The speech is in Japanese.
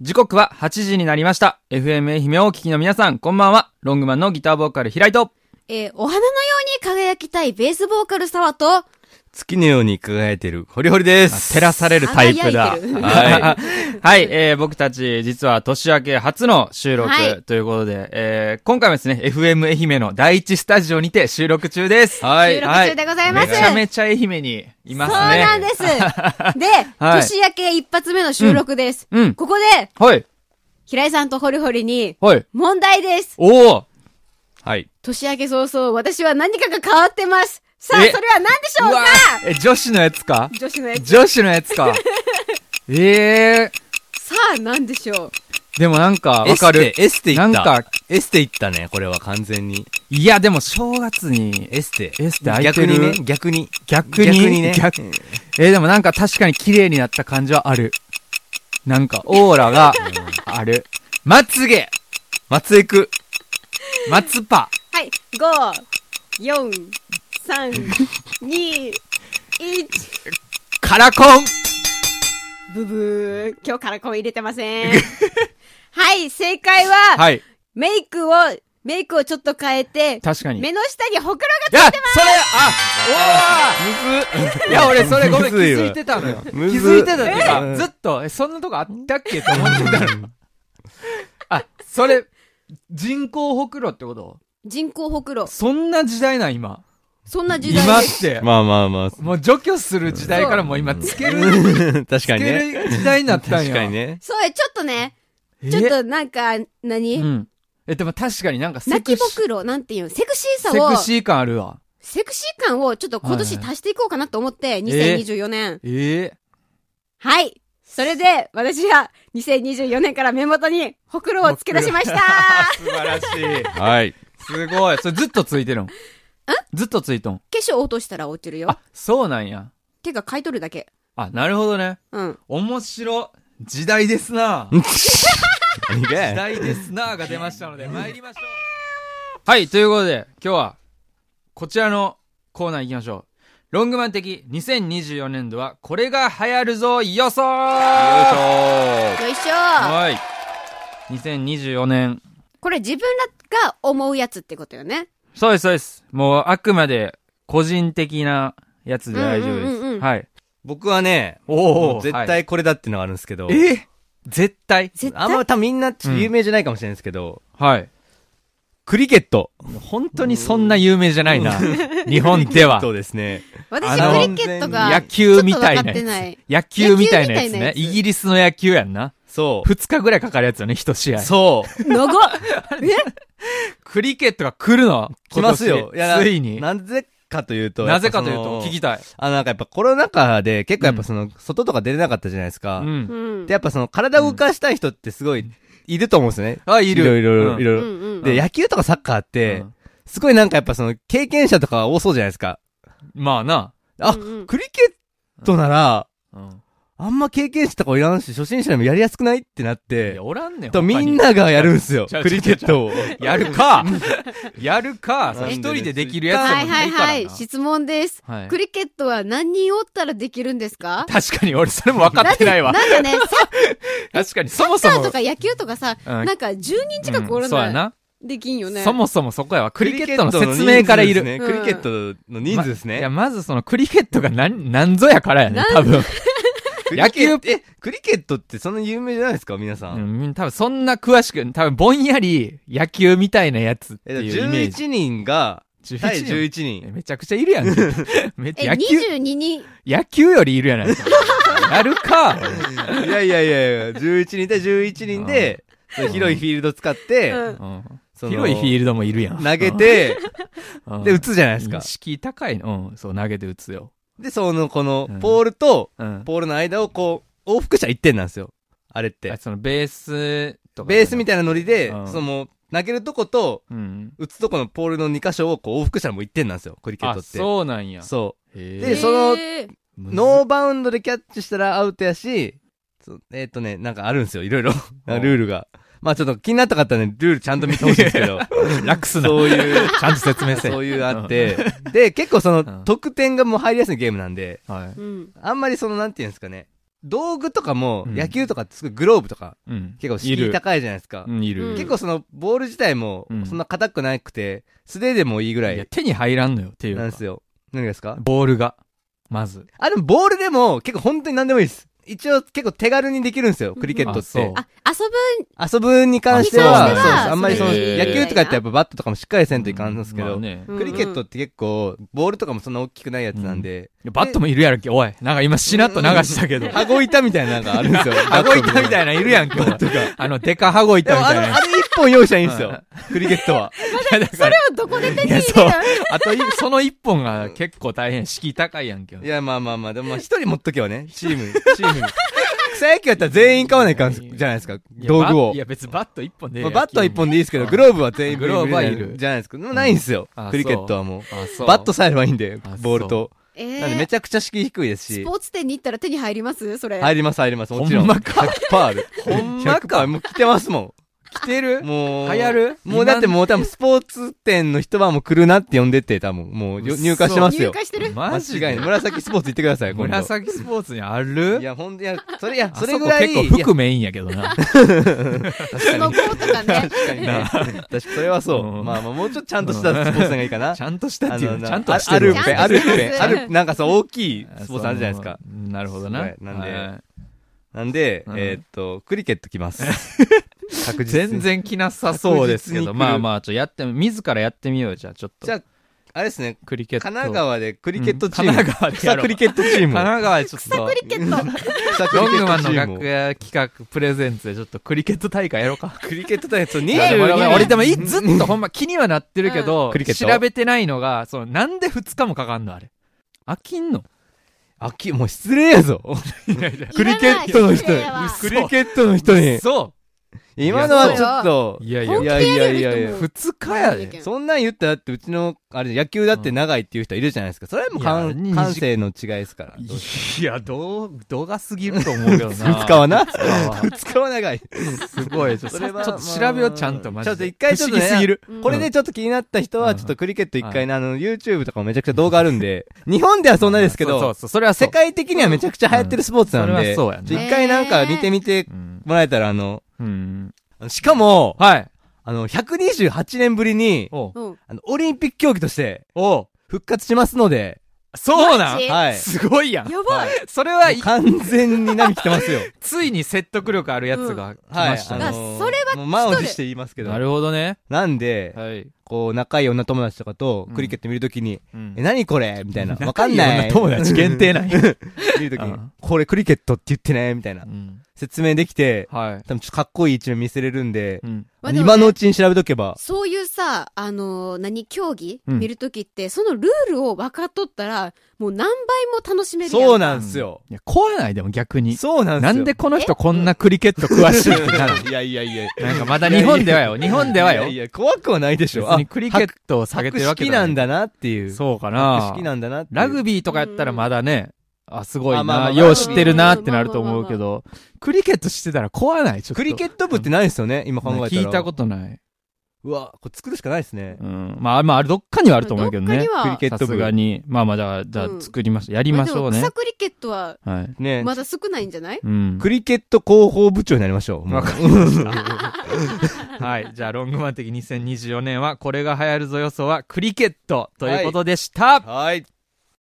時刻は8時になりました。FM 愛媛をお聞きの皆さん、こんばんは。ロングマンのギターボーカル、平井と。えーお花のように輝きたいベースボーカル沢と、月のように輝いてる、ホリホリです。照らされるタイプだ。輝いてるはい。 はい、えー僕たち、実は年明け初の収録はいということで、えー今回もですね、FM 愛媛の第一スタジオにて収録中です。は収録中でございます。めちゃめちゃ愛媛にいますね。そうなんです。 で、はい年明け一発目の収録です。うんうんここで、はい、平井さんとホリホリに、はい。問題です。おおはい。年明け早々、私は何かが変わってます。さあ、えそれは何でしょうかえ、女子のやつか女子のやつ。女子のやつ か。ええさあ、何でしょうー、でもなんか、わわかかるる。。エステ行った。なんか、エステ行ったね、これは完全に。いや、でも正月に、えエステ。エステ空いて逆るにね、逆に。逆に逆にね。逆えーでもなんか確かに綺麗になった感じはある。なんか、オーラが、ある。まつげ松江区。まつぱはい、5、4、3、2、1。カラコンブブー。今日からコン入れて ません。はい、正解は、はい。メイクを、メイクをちょっと変えて、確かに。目の下にほくいろや、がそれ、あ、 おおいや、俺それごめん、気むずいわづいてたのよ。気むずいづいてたっていううか、んずっと、え、そんなとこあったっけと思ってたの。あ、それ、人工ほくろってこと人工ほくろ。そんな時代なん、今。そんな時代今っです。て。まあまあ まあ。もう除去する時代からもう今つける、確かつけにね。る時代になったん確や。かにね。そうや、ちょっとね、え。ちょっとなんか、何、うん。え、でも確かになんかセ泣クきシぼくろなんていうのセクシーさセをク、シー感あるわ。セクシー感をちょっと今年足していこうかなと思って、え2024年。ええはい。それで、私は2024年から目元にほくろをつけ出しま した化素晴らしい。はい。すごい。それずっとついてるん。ずっとついとん。粧落としたら落ちるよあ。、そうなんや。てか、買い取るだけ。あ、なるほどね。うん。面白。時代ですな。何 が時や代ですなが出ましたので、参りましょう。はい、ということで、今日は、こちらのコーナー行きましょう。ロングマン的2024年度は、これが流行るぞ予想よいしよいしょはい。2024年。これ自分らが思うやつってことよね。そうです、そうです。もう、あくまで、個人的なやつで大丈夫です。うんうんうんうんはい。僕はね、おーもう絶対これだってのがあるんですけど。え絶対絶対あんま多分みんなちょっと有名じゃないかもしれないですけど、はい。クリケット。本当にそんな有名じゃないな。日本では そ。うですね。私、あのクリケットが、野球みたいちょっと分かなってないやつ。野球みたいなや野つ球みたいなねや。つイギリスの野球やんな。そう。二日ぐらいかかるやつよね、一試合。そ う。長っクリケットが来るの来ますよ。今年ついに。ななぜかというと。ぜかというやと、っぱその聞きたい。あの、なんかやっぱコロナ禍で結構やっぱその、外とか出れなかったじゃないですか。うん。うんで、やっぱその、体を動かしたい人ってすごい、いると思うんですよね。あ、いる。いろいろ、うんいろうんいろ。うんで、野球とかサッカーって、うんすごいなんかやっぱその、経験者とか多そうじゃないですか。まあな。あ、うんうんクリケットなら、うん。あんま経験者とかいらんし、初心者でもやりやすくないってなっいてや、、おらんねん。と他にみんながやるんですよ。ちゃうクリケットを。やるかやるかなん一で人でできるやつではいもなはいいからな。はい。質問です。はいクリケットは何人おったらできるんですか確かに俺それも分かってない わ。なんかね、サッ確かに、そもそカーもと。か野球とかさ、うんなんか10人近くおうらんそうやないな。できんよね。そもそもそこやわ。クリケットの説明からいる。クリケットの人数ですまね。いや、まずそのクリケットが何、何ぞやからやね、多分。野球え、クリケットってそんな有名じゃないですか皆さん。うん、多分そんな詳しく、多分ぼんやり野球みたいなやつってえ、いうイメージ。 11人が、対11 11え人。めちゃくちゃいる やん。めっちえ、ゃ野球、 22人。野球よりいるや ないか。やるか。いやいやいやいや、11人対11人で、広いフィールド使って、うんうんその広いフィールドもいるやん。投げて、うん、で、打つじゃないですか。敷居高いの。うん、そう、投げて打つよ。で、その、このうん、ポールと、うん。ポールの間をこう、往復したら1点なんですよ。あれっあて。そのベースとか。ベースみたいなノリでう、んその、投げるとこと、うん。打つとこのポールの2箇所をこう往復したらもう1点なんですよ、クリケットあ、って。そうなんや。そででそのえーう。ノーバウンドでキャッチしたらアウトやし、そえっ、とね、なんかあるんですよ、いろいろ。うん ルールが。まあちょっと気になった方はね、ルールちゃんと見てほしいんですけ ど、楽すな。そういう、ちゃんと説 明せ。そういうあって、で、結構そ うの、ん得点がもう入りやすいゲームなんで、はい。うんあんまりその、なんていうんですかね、道具とかも、うん野球とかってすごいグローブとか、うん結構い敷居る高いじゃないですかう。んいるうん結構その、ボール自体もうん、そんな硬くなくて、素手でもいいぐらいやい手に入らんのよっていうかなんですよ。何がですかボールがまずあ、でもボールでも、結構本当に何でもいいです。一応結構手軽にできるんですよ、クリケットっうんて。あ、遊ぶ、遊ぶに関しては、にそ関うでしてすは。あんまりその、それ野球とかってやっぱバットとかもしっかりせんといかんんですけまあど、ねうんクリケットって結構、ボールとかもそんな大きくないやつなんで、いやバットもいるやろけおいなんか今しなっと流したけど羽子板みたいなのがあるんです よ。羽子板みたいいないるやんけおいあのデカ羽子板でみもたあいの、なあれ一本用意したらいいんですよ。クリケットは。いやだから今日どこで手いにや入そうれたのあといその一本が結構大変敷居高いやんけいや、まあまあまあ、でもまあ一人持っとけばね、チーム、チームに。草野球やったら全員買わないかんすじゃないですか、道具いやバをい。や別にバット一本でまあバットは一本でいいですけど、うんグローブは全員グローブはいるじゃないですか。でもないんですようんあ、クリケットはも。あそううバットさえあればいいんであ、ボールと。えなんでめーちゃくちゃ敷居低いですスしポ。ーツ店に行ったら手に入りますそれ。入ります、入ります、もちろん。ほんまか100%ある。ほんまか100%もう来てますも来てるん。もう。流行るもうだってもう多分スポーツ店の人はもう来るなって呼んでって、多分もうよ嘘入荷してます入よ。荷してるマジ間違でいない。紫スポーツ行ってください、今度。紫スポーツにあるいや、ほんと、いや、それ、いや、あそれぐらい。そこ結構服メインやけど な。その5とかね。確かにね。確かに、それはそうう。んまあまあ、もうちょっとちゃんとしたスポーツがいいかな。ちゃんとしたあっていうのねなちゃんとはしてるあわちゃんとアルフちゃんとしてェ、るアルフェ、なんかさ、大きいあスポーツあるじゃないですか。そのなるほどなす。ごいなんではい なんで、うんえーっと、クリケット来ます。 確実に。全。然着なさそうですけ 確実に来ど、るまあまあ、ちょ、やって、自らやってみようよじゃあ、ちょっと。じゃあ、あれですね、クリケッ神ト。奈川でクリケットチーム。うん神奈川でや草ろうクリケットチー神ム。奈川でちょっと、クリケット。草クリロンケグマッントチのームを楽。屋企画プレゼンツでちょっとクリケット大会やろうか。クリケット大会、そう、いやでも俺22俺でもいずっとほんま気にはなってるけんどクリケ、ット調べてないのが、その、なんで2日もかかんのあれ。飽きんのあき、もう失礼 やぞ。クリケットの人いらないクリケットの人に。そ今のはちょっとう。いやいいややいいややいいややいいややいいやや2日やで。そんなん言ったらだってうちの、あれ、野球だって長いっていう人いるじゃないですか。それはもういや感20感性の違いですから。いや、どう、度が過ぎると思うけどな。 2日はな。二日は2日は長い。すごい。ちょっとそれはちょっと調べよう、ちゃんと、マジで。ちょっと一回ちょっとね不思議すぎる。うんこれでちょっと気になった人うは、んちょっとクリケット一回ね、あの、YouTube とかもめちゃくちゃ動画あるんで、日本ではそんなですけそうど、そう、それは世世界。界的にはめちゃくちゃ流行ってるスポーツなんうんそれで、はちそうょやな一回なんか見てみてうん。もらえたら、あの、うん。しかも、はい。あの、128年ぶりに、おう。うん。あの、オリンピック競技としておう。復活しますので、そうなマジんえはい。すごいやん。やばい。それは、い完全に波来てます よ。ついに説得力あるやつが来はまい。したあね。のそれはは、もう満を持して言いますけどな。るほどね。なんで、はい。こう、仲いい女友達とかとうんクリケット見るときに、うんえ、何これみたい な。わかんない。仲良女友達限定なんや。 見るときにうん、これクリケットって言ってね、みたいなう。ん説明できて、はい。多分ちょっとかっこいい一面見せれるんで、うん。まあでもね今のうちに調べとけば、そういうさ、あのー何、競技、うん見るときって、そのルールを分かっとったら、もう何倍も楽しめるやんかそうなんすよ。いや、怖ないでも逆に。そうなんですなよ。んでこの人こんなクリケット詳しいってなる いやいやいや。なんかまだ日本ではよ。日本ではいやいよ。や、怖くはないでし別ょ。あに、クリケットを下げてるわけ好きじゃないんだなっていう。そうか博な識。なんだなっていう。ラグビーとかやったらまだね、あ、すごいあまあまな、あよう知ってるなってなると思うけど、クリケット知ってたら怖ない、ちょっと。クリケット部ってないですよね、今考えたら。聞いたことない。うわ、これ作るしかないですねう。ん。まあ、まあ、あれどっかにはあると思うけどどっね。かにはケッさト部すがに。まあまあ、じゃあ、じゃあうん作りましょう。やりましょうでねも。草クリケットは、はい。ねまだ少ないんじゃないうん。クリケット広報部長になりましょう。もうわかりました。はい。じゃあ、ロングマン的2024年は、これが流行るぞ予想は、クリケットということでした。はい。